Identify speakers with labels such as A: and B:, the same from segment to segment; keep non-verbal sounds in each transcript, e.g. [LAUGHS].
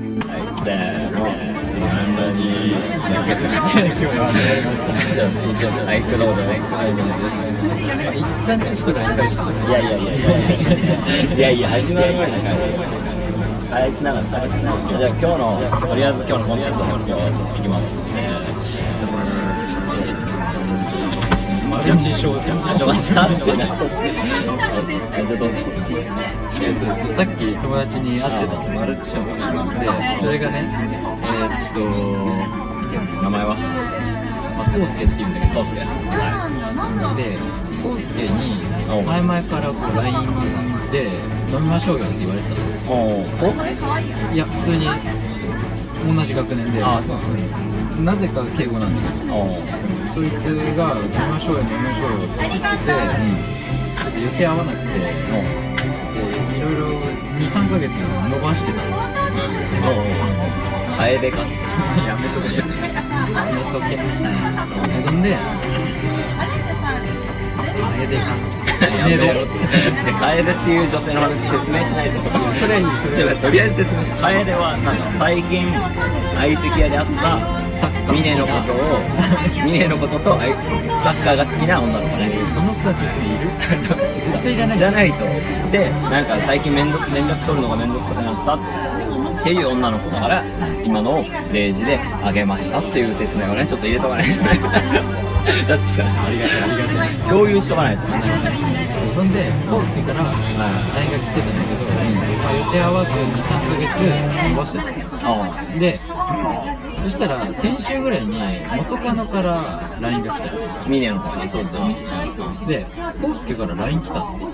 A: せーの。なんだに。アイクロードね。
B: 一旦ちょっと乱開して
A: いやいやいやいや。いやいや、始まる前にあれしながら、あれしながら。じゃあ今日の、とりあえず今日のコンセプトの発表いきます。せーの
B: ジャッジしようジャッジし
A: ち
B: よ
A: ょ、
B: う
A: 待って、待って、
C: ち
A: ちょっとどうぞ。
B: えそうそうさっき友達に会ってたのマルチショーでそれがねえーっと名前はまあコウスケって言うんだけど
A: コウスケ
B: はいでコウスケに
A: お
B: 前々からこう LINE で飲みましょうよって言われてたの
A: おお。
B: いや普通に同じ学年で
A: あそう
B: うんなぜか敬語なんだけ
A: おお。
B: どそいつが飲みましょうよ飲みましょうよって言っててちょっと予定合わなくてでいろいろ23ヶ月伸ばしてたの
A: カエデか。
B: やめとけやめとけうんそんであれでかっつってあれで
A: カエデっていう女性の話説明しないと。
B: それにそ
A: じゃ
B: れ
A: あとりあえず説明しカエデはなんか最近相席屋で会った
B: サッカー
A: ミネのことをミネのこととあいサッカーが好きな女の子ね。
B: そのさ説明いる絶対いらない
A: じゃないとでなんか最近めんど連絡取るのがめんどくさくなったっていう女の子だから今のを0時であげましたっていう説明をねちょっと入れとかないとね [LAUGHS] だってさ共有しとかないとね
B: そんでコウスケから LINE が来てたんだけど、まあ予定合わず23ヶ月伸ばしてた
A: あ
B: でそしたら先週ぐらいに元カノから LINE が来た
A: あミネの子そうそう
B: でコウスケから LINE 来たって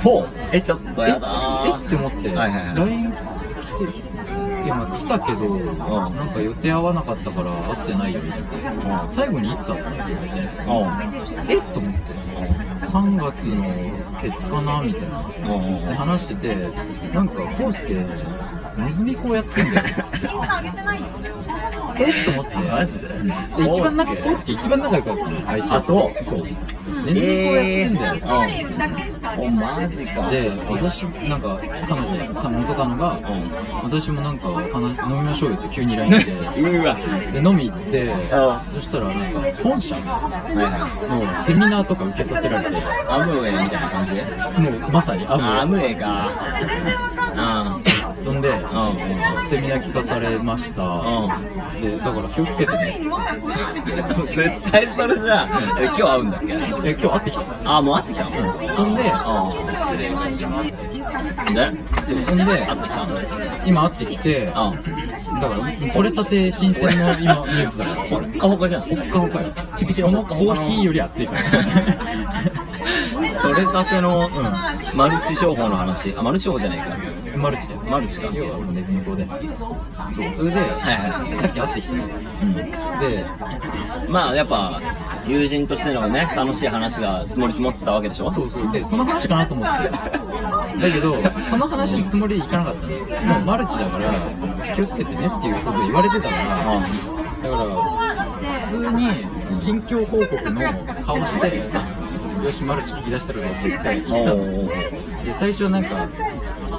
A: フォーえちょっと
B: え
A: やだ
B: えっ
A: ー
B: て思って、
A: はいはいはい
B: LINE 来てるいやまあ来たけど、なんか予定合わなかったから会ってないよねって、最後にいつ会ったのって言われて
A: おう
B: えっと思って3月のケツかなみたいな
A: おうおう
B: で話しててなんかコウスケネズミ講やってんだよねっつってえっと思って
A: マジで
B: で一番仲
A: コウスケ
B: コウスケ一番仲良かったの会社
A: あそう
B: そうネズミ講やってんだよ、
A: えーおマジか
B: で私なんか彼女か元カノが、私もなんか話飲みましょうよって急に LINE 来て
A: うわ
B: で飲み行って
A: う
B: そしたらなんか本社の
A: はいはい
B: セミナーとか受けさせられて
A: アムウェイみたいな感じで
B: もうまさにアブ
A: あアムウェイかうん [LAUGHS]
B: そんで
A: う
B: セミナー聞かされましたでだから気をつけてね
A: 絶対それじゃあえ今日会うんだっけ
B: え今日会ってきた
A: あもう会ってきたの
B: そんで
A: あで
B: そうそんで今会ってきてだ
A: あ
B: から取れたて新鮮の今ニュースだから
A: ほっかほかじゃん
B: ほっかほかよ
A: ちびちび
B: このコーヒーより熱いから
A: 取れたての、マルチ商法の話あマルチ商法じゃないか
B: マルチだよ
A: マルチか
B: 要はもうネズミ講でそうそれで、
A: はい
B: さっき会ってきたの、で
A: まあやっぱ友人としてのね楽しい話が積もり積もってたわけでしょ
B: そうそうでその話かなと思ってだけどその話のつもりでいかなかったのもうマルチだから気をつけてねっていうことを言われてたから
A: あ
B: だから普通に近況報告の顔してよしマルチ聞き出してるぞって言って聞いたの
A: おー
B: で最初はなんか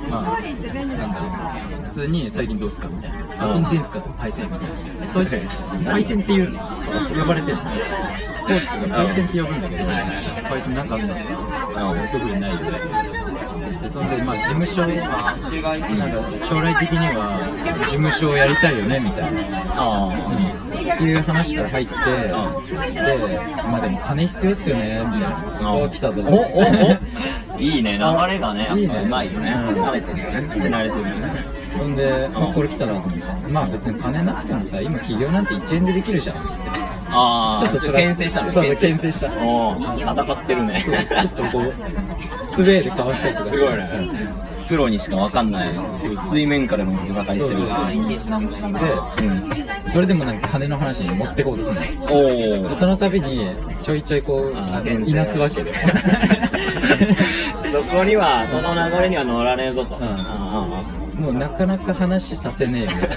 B: まあなんだろう普通に最近どうすかみたいな遊んでんすかパイセンみたいなそいつパイセンっていう呼ばれてるのコースとかパイセンって呼ぶんだけどパイセンなんかあったんですか特にないですでそんでまあ事務所なんか将来的には事務所をやりたいよねみたいな
A: あ
B: っていう話から入って、で、まあでも金必要ですよね、みたいな。お、来たぞ。
A: おおおいいね流れがねやっぱ
B: いいね
A: うまいよね
B: うん
A: 慣れてるよね慣れてるよね
B: [LAUGHS] ほんで、まあ、これ来たなと思って。まあ別に金なくてもさ、今起業なんて1円でできるじゃん、つって。
A: ああ
B: ちょっとそれ
A: 牽制したの
B: そうそう牽制した
A: おー戦ってるね
B: そう、ちょっとこう、スウェーでかわしたりとかして。
A: すごいねプロにしかわかんない水面からの戦い
B: そ
A: し
B: う
A: て
B: そう
A: る
B: そ
A: う
B: う。
A: ん
B: で、それでもなんか金の話に持ってこうとするのよ。
A: おお
B: その度に、ちょいちょいこう、あのいなすわ [LAUGHS] けで。
A: そこにはその流れには乗らねえぞと
B: ん
A: あ
B: もうなかなか話させねえよみたいな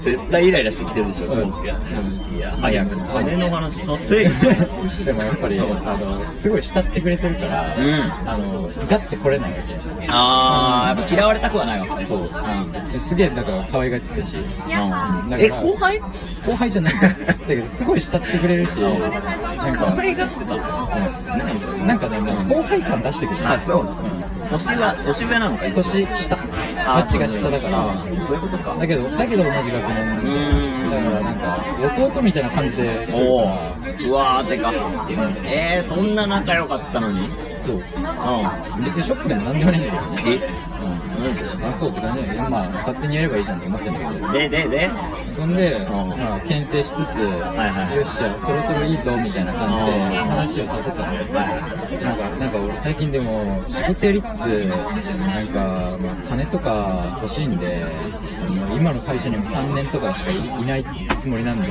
A: 絶対イライラしてきてるでしょ、
B: うん
A: コウスケ
B: うん
A: いや、早く金の話させよ。
B: でもやっぱりあのすごい慕ってくれてるから、
A: うん
B: あのガッて来れないわけ
A: あー、やっぱ嫌われたくはないわ。
B: そう
A: うん
B: ですげえだから可愛がってたし
A: うんえ、後輩
B: 後輩じゃないだけどすごい慕ってくれるしなん
A: 可
B: か
A: 愛がってた何それ
B: なんかねもう後輩感出してくれる
A: あ、そう。年は、年上なのか
B: 年下あっちが下だから
A: そういうことか。
B: だけどだけど同じ
A: う
B: 学
A: ー
B: 年
A: ん
B: だからなんか弟みたいな感じで
A: おおうわーてかえー、そんな仲良かったのにうん
B: そう別にショックでもなんでもないんだけどね
A: え
B: あそうって感じだけどまあ勝手にやればいいじゃんって思ってんだけど
A: マジでででで
B: そんで、
A: ん
B: まあ、牽制しつ
A: い
B: つ、
A: はい
B: よっしゃ、そろそろいいぞみたいな感じで
A: うん
B: 話をさせたの。なんか、なんか俺最近でも仕事やりつつ、なんか、まあ、金とか欲しいんで、まあ今の会社にも3年とかしかいいないつもりなんで、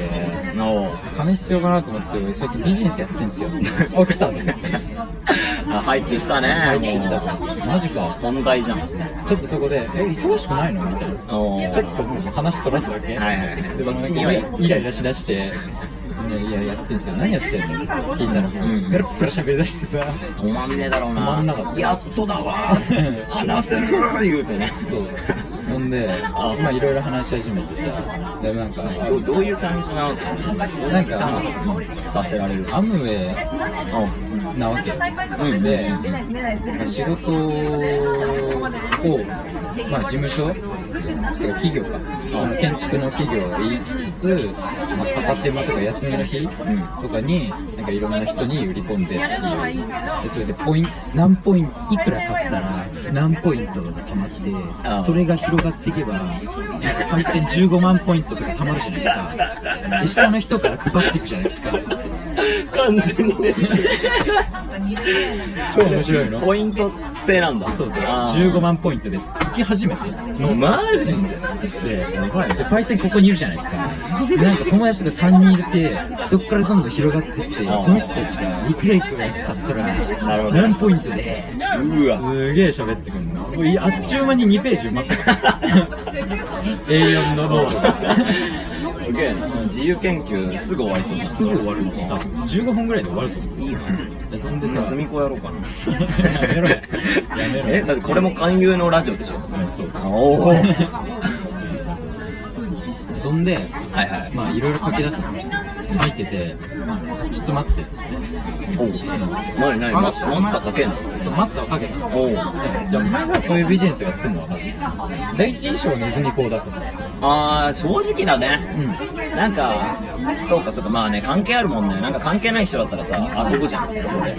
A: の
B: 金必要かなと思って、最近ビジネスやって
A: [LAUGHS]
B: んすよ。あ、来たと思って。
A: あ入ってきたね
B: 入ってきたと思ってマジか。
A: 存在じゃん
B: ちょっとそこで、え、忙しくないのみたいな。
A: おー
B: ちょっともう話そらすだけ。
A: はいはいはい
B: で
A: そ
B: も
A: っ
B: なん
A: ち
B: か
A: には
B: イライラしだして、いやいや、やってんすよ、何やってんのって聞いたら、
A: ん
B: ペラッペラ喋りだしてさ、
A: 止まんねえだろうな
B: 止まんなかった
A: やっとだ
B: [LAUGHS]
A: わー話せるー言うてね
B: そう。ほんで、まあいろいろ話し始めてさ、でもなんか、
A: どどういう感じなわ
B: [LAUGHS]
A: け
B: なんか
A: させられる
B: アムウェ
A: うん
B: イなわけ。
A: うん
B: で、仕事を、まあ事務所てか企業か、その建築の企業に行きつつ、まあ、パパ手間とか休みの日とかに、なんかいろんな人に売り込んでっていうでそれでポイント、何ポイント、いくら買ったら何ポイントがたまっ
A: ああ
B: て、それが広がっていけば、回線15万ポイントとかたまるじゃないですか。で下の人から配っていくじゃないですか。
A: 完全にね
B: 超面白いの。
A: [LAUGHS] ポイント制なんだ
B: そうそう、
A: あー
B: 15万ポイントで行き始めて、
A: マジ
B: で、でパイセンここにいるじゃないですか。なんか友達とか3人いて、そこからどんどん広がってって、こ
A: あー
B: の人たちがいくらいくら使った
A: なる
B: ら、
A: ほど
B: 何ポイントで、
A: うわ
B: すげえ喋ってくるの。もういあっちゅう間に2ページ埋まってた。A4 のロー
A: すげえな自由研究すぐ終わりそう
B: ル。
A: だ
B: すぐ終わるの多分15分ぐらいで終わると思う。
A: いい
B: でそんで
A: な
B: さ、
A: ずみ子やろうかな
B: [LAUGHS] やめろやめろ
A: [LAUGHS] えだってこれも勧誘のラジオでしょ
B: うんそう
A: おおはい
B: [LAUGHS] そんで、
A: はい
B: まあいろいろ書き出すの書いてて「ちょっと待って」っつって
A: おお何何待った待っただけなの
B: そう待ったをかけたの
A: おお
B: じゃあお前がそういうビジネスをやってんのは分かる第一印象はネズミ講だと思う
A: あー正直だね
B: うん
A: なんかそうかそうかまあね関係あるもんねなんか関係ない人だったらさあそこじゃんそこで、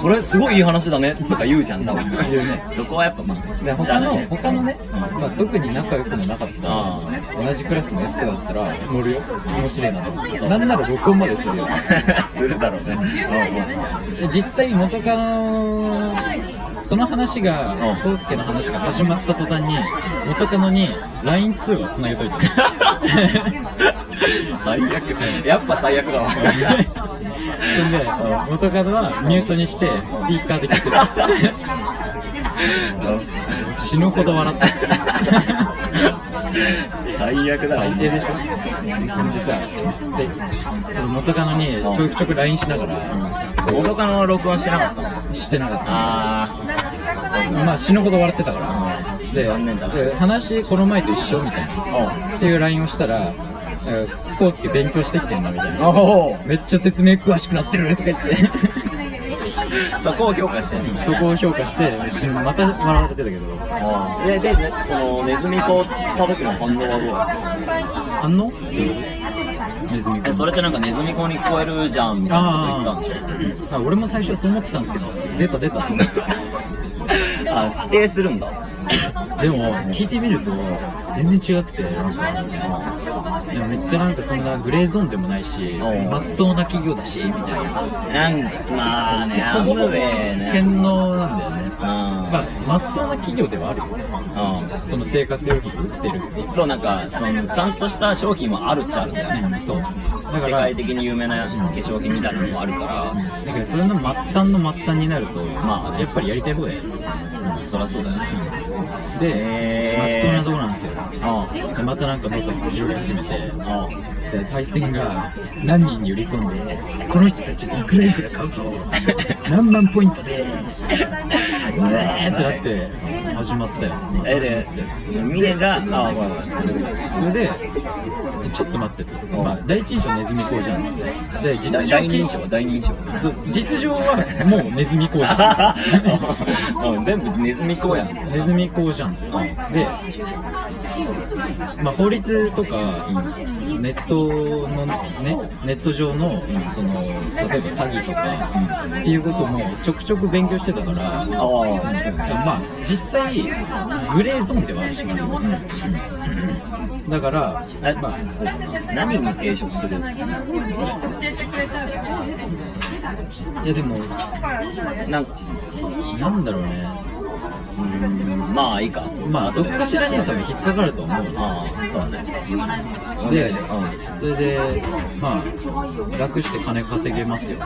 A: それすごいいい話だねとか言うじゃん多分
B: 言うね
A: そこはやっぱまあ
B: で
A: しゃ
B: 他
A: あない
B: の
A: ね
B: 他のね、まあ、特に仲良くもなかっ
A: あー
B: た同じクラスのやつとかだったら乗るよ面白いなとなんなら録音までするよ
A: するだろうね。
B: で実際元カノその話が
A: うん
B: 康介の話が始まった途端に元カノに LINE 通話つなげといた
A: 最悪。やっぱ最悪だわ。
B: そんで元カノはミュートにしてスピーカーで聞く死ぬほど笑ったんですよ
A: 最悪だわ
B: 最。低でしょそんでさでその元カノにちょくちょく LINE しながら
A: 元カノは録音してなかったの
B: してなかった
A: あ
B: まあ死ぬほど笑ってたから、で
A: 残念だな
B: で話この前と一緒みたいなっていう LINE をしたら「コウスケ勉強してきてんな」みたいな
A: あ。おお。
B: 「めっちゃ説明詳しくなってる」とか言って
A: [LAUGHS] そこを評価してる。
B: そこを評価して死ぬまた笑われてたけど
A: で、で、でその、ネズミ子を使った時の反応はどうだっ
B: 反応ネズミ
A: たえ
B: 君
A: それってなんかネズミ子に聞こえるじゃんみたいなこと言ったんでし
B: あ俺も最初そう思ってたんですけど出た出た
A: ょあ、否定するんだ。
B: でも聞いてみると全然違くてなんかでもめっちゃなんかそんなグレーゾーンでもないし
A: ん
B: まっとうな企業だしみたいな
A: なんまあね、アムウェイね。
B: 洗脳なんだよね
A: うん。
B: まあまっとうな企業ではあるよ
A: う
B: その生活用品売ってるってい
A: ん。そう、なんか、その、ちゃんとした商品はあるっちゃあるんだよね。
B: う、そうだか
A: 世
B: ら
A: 界的に有名な化粧品みたいなのもあるから、
B: だからそれの末端の末端になるとまあやっぱりやりたい方だよ
A: あそりゃそうだよね
B: で、まっ
A: へー
B: とうなとこなんですよ。
A: あ
B: で、またなんかもっと広げ始めて、
A: あ
B: でパイセンが何人に売り込んで、この人たちがいくらいくら買
A: [LAUGHS]
B: うと、何万ポイントで、うえーってなって、始まったよ。
A: えでミネがあごめんごめん
B: それで、ちょっと待ってて、まあ、第一印象はネズミ工事なんですけど、で、実情
A: 第二印象は第二印象
B: そう実情はもうネズミ工事。
A: [LAUGHS] うん全部ネズミ講やん
B: ネズミ講じゃん。で、まあ、法律とか、ネットのね、ネット上の、その、例えば詐欺とか、っていうこともちょくちょく勉強してたから、
A: ああ
B: まあ、実際、グレーゾーンではあるし、だから、
A: えまあそうだな何に抵触する
B: いやでも、
A: なんか
B: なんだろうね、
A: うんまあいいか
B: まあ、どっかしらには多分引っかかると思う。
A: ああそうだね
B: で、
A: うん
B: それで、まあ、楽して金稼げますよ、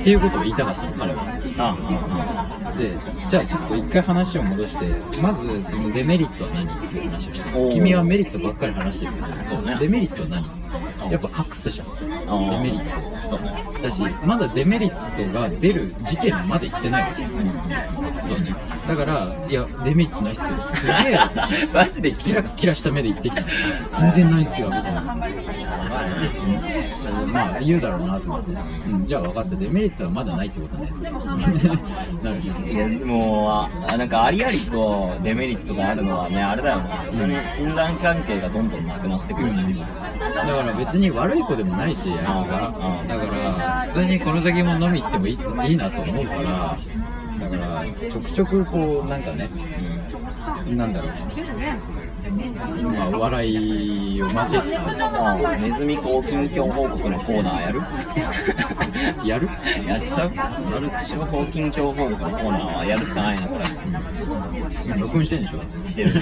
B: っていうことを言いたかったの、彼は。
A: ああ
B: で、じゃあちょっと一回話を戻して、まずそのデメリットは何っていう話をし
A: お
B: て、
A: ー
B: 君はメリットばっかり話してるけど、
A: そうね
B: デメリットは何やっぱ隠すじゃん、
A: ああ
B: デメリッ
A: ああそうね
B: ト。だし、まだデメリットが出る時点まで行ってないじゃん。そうね。だから、いや、デメリットないっすよ。すげえ、 [LAUGHS]
A: マジで
B: キ
A: キ
B: ラ
A: ラ
B: キラした目で言ってきた。全然ないっすよ、みたいな。まあ言うだろうなと思って、うん、じゃあ分かったデメリットはまだないってことね [LAUGHS] なるほ
A: いやもうああなんかありありとデメリットがあるのはねあれだよねその診断関係がどんどんなくなってく
B: ど、
A: るよ
B: うん、
A: ね
B: だから別に悪い子でもないしあいつが
A: うん
B: だから普通にこの先も飲み行ってもいいいいなと思うからだからちょくちょくこうなんかね、うん、なんだろうねまあお笑いを交えつつ
A: ああネズミ講近況報告のコーナーやる
B: やる
A: やっちゃうマルチ情報近況報告のコーナーはやるしかないなこれ
B: 録音してんでしょ
A: してる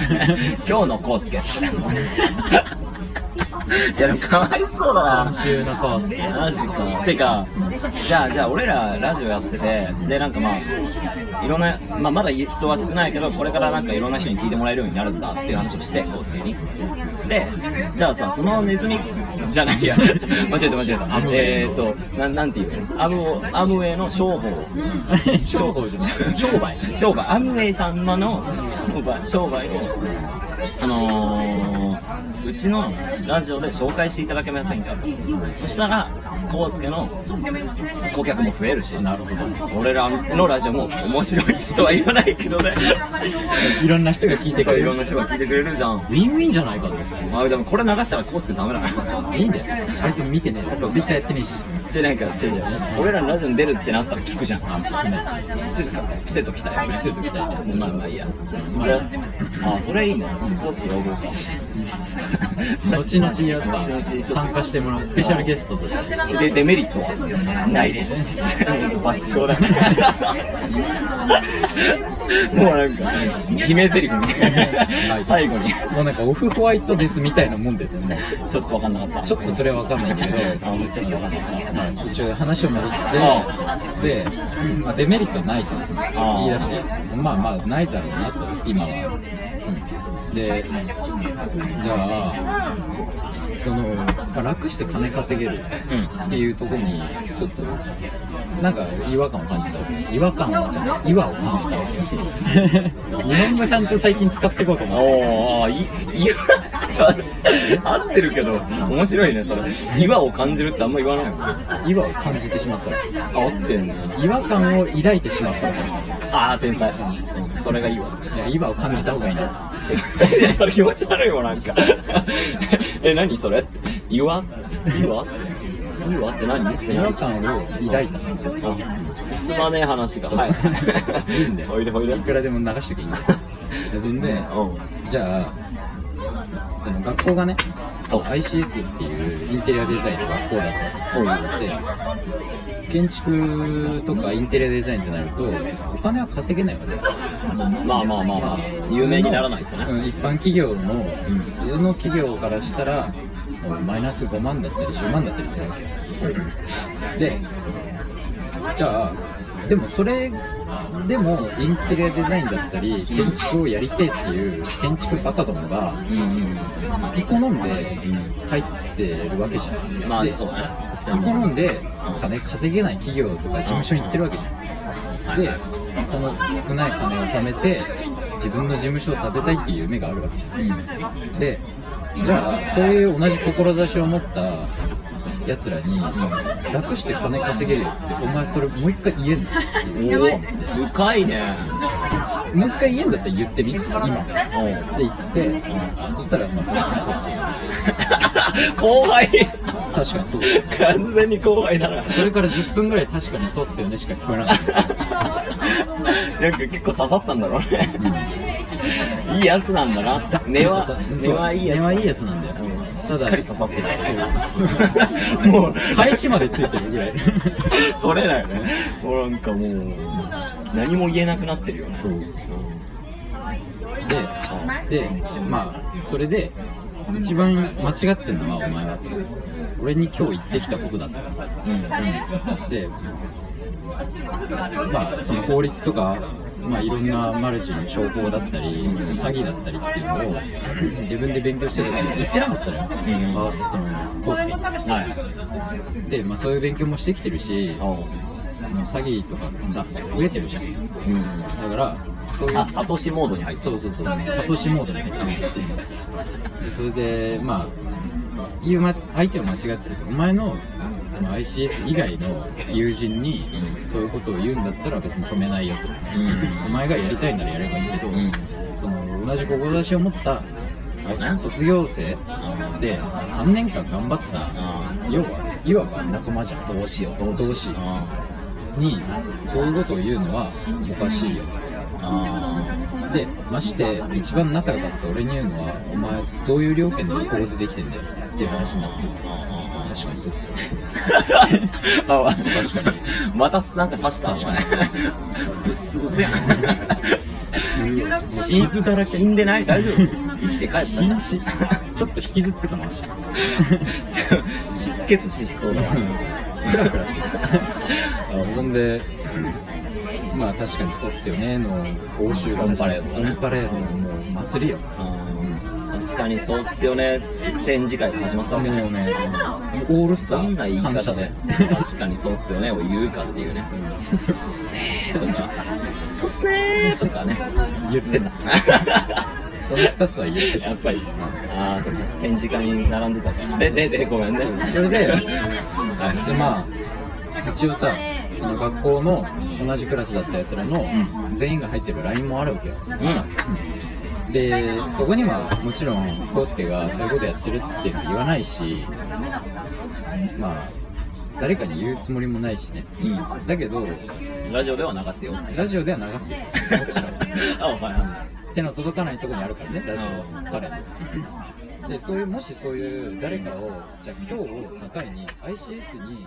A: 今日のコースケ [LAUGHS] いやでもかわいそうだな
B: 今週のコースで
A: マジか。てか、じゃあ、じゃあ俺らラジオやってて、で、なんかまあ、いろんな、まあまだ人は少ないけど、これからなんかいろんな人に聞いてもらえるようになるんだっていう話をして、構成に。で、じゃあさ、そのネズミ、じゃないや、 [LAUGHS] 間違えた間違えた。えーっと、なんなんていうのアムウェイアムウェイの商法。
B: 商法じゃない商売
A: 商売、アムウェイさんのの商売、商売を、あのーうちのラジオで紹介していただけませんかと。そしたら、コウスケの顧客も増えるし、
B: なるほど
A: 俺らのラジオも面白い人は言わないけどね。
B: いろんな人が聞いてく
A: そう
B: れ
A: いろ
B: る
A: んな人が聞いてくれるじゃん。
B: ウィンウィンじゃないかと思って
A: まあでもこれ流したらコウスケダメだな。
B: いいんだよあいつ見てねえ
A: そう
B: ツイッターやってねえし
A: じゃなんか、違う違う。俺らのラジオに出るってなったら聞くじゃん。ちょっと伏せときたいよね。
B: 伏せときたいね
A: まあまあいいや。それああ、それいいね。ちょっとコースで呼ぼうか。
B: 後々やっ
A: 後々ちょっ
B: ぱ
A: と
B: 参加してもらうスペシャルゲストとして
A: で、デメリットはないです。爆笑だね。もうなんか、決め台詞みたいな。最後に。
B: もうなんかオフホワイトですみたいなもんでね
A: ちょっとわかんなかった。
B: ちょっとそれは分かんない
A: [LAUGHS]
B: けど
A: あちょっとわかんなかった。
B: まあ、そっちを話を戻して
A: あ、
B: で、まあ、デメリットはないと思うんですね
A: ああ
B: 言い出して、まあまあ、ないだろうなと、今は。うんで、じゃあ、その、まあ楽して金稼げるっていうところに、ちょっと、なんか違和感を感じたわけ違和感はじゃない、違和を感じたわけ
A: [LAUGHS]
B: よ。日本語ちゃんと最近使っていこうと思って。
A: おーあーいい [LAUGHS] 合ってるけど面白いねそれ岩を感じるってあんま言わないもんあ
B: 違和を感じてしまった。
A: 合ってんね
B: 違和感を抱いてしまったわ
A: ああ天才それがいいわ
B: け。いや、違和を感じた方がいいな。
A: い [LAUGHS] やそれ気持ち悪いもんなんか [LAUGHS] え何それ岩岩岩って何って
B: 違和
A: 何
B: 感を抱いたの
A: あ進まねえ話が
B: そう
A: はい
B: いいんだよ
A: おいでおいで
B: いくらでも流してきゃいいんだよでそんで
A: うん
B: じゃあその学校がね
A: そう
B: ICS っていうインテリアデザインの学校だったで建築とかインテリアデザインってなるとお金は稼げないわけよ
A: まあまあまあまあ有名にならないとね
B: うん一般企業の普通の企業からしたらマイナス5万だったり10万だったりするわけよでじゃあでもそれでもインテリアデザインだったり建築をやりてえっていう建築バカどもが
A: うんうん
B: 好き好んで入ってるわけじゃん、
A: まあ
B: で
A: そうね
B: 好き好んで金稼げない企業とか事務所に行ってるわけじゃん、でその少ない金を貯めて自分の事務所を建てたいっていう夢があるわけじゃん、でじゃあそういう同じ志を持ったやつらに楽して金稼げるよってお前それもう一回言えんの
A: おお深いね
B: もう一回言えんだったら言ってみ今で
A: おう
B: 言ってそしたらまあ確かにそうっすよ
A: [LAUGHS] 後輩
B: 確かにそうっすよ
A: 完全に後輩だな
B: それから10分ぐらい確かにそうっすよねしか聞こえなかった
A: なんか結構刺さったんだろうね。いいやつなんだな。
B: ざっくり
A: 根
B: 刺
A: は
B: さ、
A: 根はいいやつ。
B: 根はいいやつなんだよ
A: うんし
B: た
A: っ
B: だ
A: かり刺さってる。 [LAUGHS]
B: そうもう返しまでついてるぐらい
A: 取れないよね。もうなんかもう、何も言えなくなってるよね。
B: そうででまあそれで一番間違ってんのはお前は俺に今日言ってきたことだったからで、まあ、その法律とか、まあ、いろんなマルチの証拠だったり、詐欺だったりっていうのを自分で勉強してたけど、言ってなかったの
A: う
B: よ、
A: ん
B: あそのコースケに
A: うん。はい。
B: で、まあ、そういう勉強もしてきてるし、
A: おう
B: まあ詐欺とかってさ、増えてるじゃん。
A: うん。
B: だから、そういう
A: あ、サトシモードに入った。
B: そうそうそう、サトシモードに入ったでそれで、まあ、言うま相手は間違ってると、お前のその ICS 以外の友人にそういうことを言うんだったら別に止めないよと、お前がやりたいならやればいいけど、
A: ん
B: その同じ志を持った
A: そうね
B: 卒業生で3年間頑張った、
A: あ
B: 要はいわば仲間じゃん
A: あどうしよう、どう
B: どう
A: し
B: し
A: よ
B: よ
A: う
B: う。
A: あ
B: にそういうことを言うのはおかしいよと。
A: あ
B: でまして一番仲良かった俺に言うのはお前どういう料金でここでできてんだよっていう話になって確かにそうっすよね
A: あ
B: 確かに
A: またなんか刺した
B: 確かにそうっすよ
A: ぶっ過ごせやん
B: 死傷だらけ
A: 死んでない大
B: [LAUGHS]
A: 丈夫生きて帰ったじゃん
B: 瀕死 [LAUGHS] ちょっと引きずってたもん [LAUGHS] し
A: ちょ失血死しそうだわ
B: クラクラしてたほんでまあ確かにそうっすよねの欧州
A: オンパレードだね
B: オンパレードのもう祭りよ
A: 確かにそうっすよね展示会が始まった
B: も
A: わ
B: う
A: けだよね
B: ねオールスタ
A: どんな言い
B: ー感謝
A: 方で
B: 戦
A: 確かにそうっすよねを言うかっていうね「そうっすね」とか「そうっすね」と
B: [LAUGHS]
A: かね
B: 言ってんだその2つは言ってた
A: やっぱりああそうか展示会に並んでたからでででごめんね
B: それで
A: はい
B: でまあ一応さその学校の同じクラスだったやつらの全員が入ってる LINE もあるわけよ
A: うん
B: でそこにはもちろんコウスケがそういうことやってるっていうの言わないしまあ誰かに言うつもりもないしね、
A: う
B: だけど
A: ラジオでは流すよ
B: ラジオでは流すよもちろん
A: あおは
B: 手の届かないところにあるからねラジ
A: う
B: オされでそういうもしそういう誰かをじゃあ今日を境に ICS に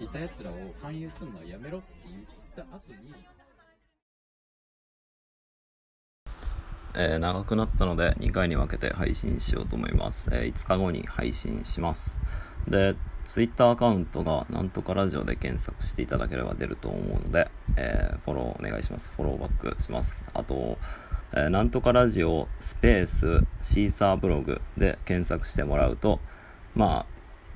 B: いたやつらを勧誘するのはやめろって言った後に
A: えー長くなったので2回に分けて配信しようと思います、えー5日後に配信しますで Twitter アカウントがなんとかラジオで検索していただければ出ると思うので、えーフォローお願いしますフォローバックしますあと、えーなんとかラジオスペースシーサーブログで検索してもらうとまあ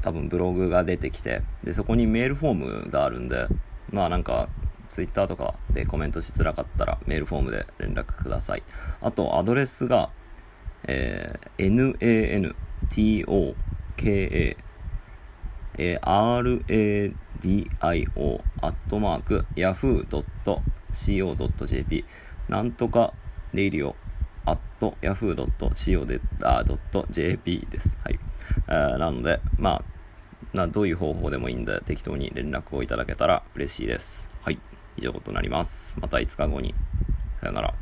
A: 多分ブログが出てきてでそこにメールフォームがあるんでまあなんかツイッターとかでコメントしづらかったらメールフォームで連絡くださいあとアドレスが、えー nantoka radio アットマーク yahoo.co.jp なんとか radio アット yahoo.co.jp です。はい。えーなので、まあ、などういう方法でもいいんで適当に連絡をいただけたら嬉しいです。はい。以上となります。また5日後に。さよなら。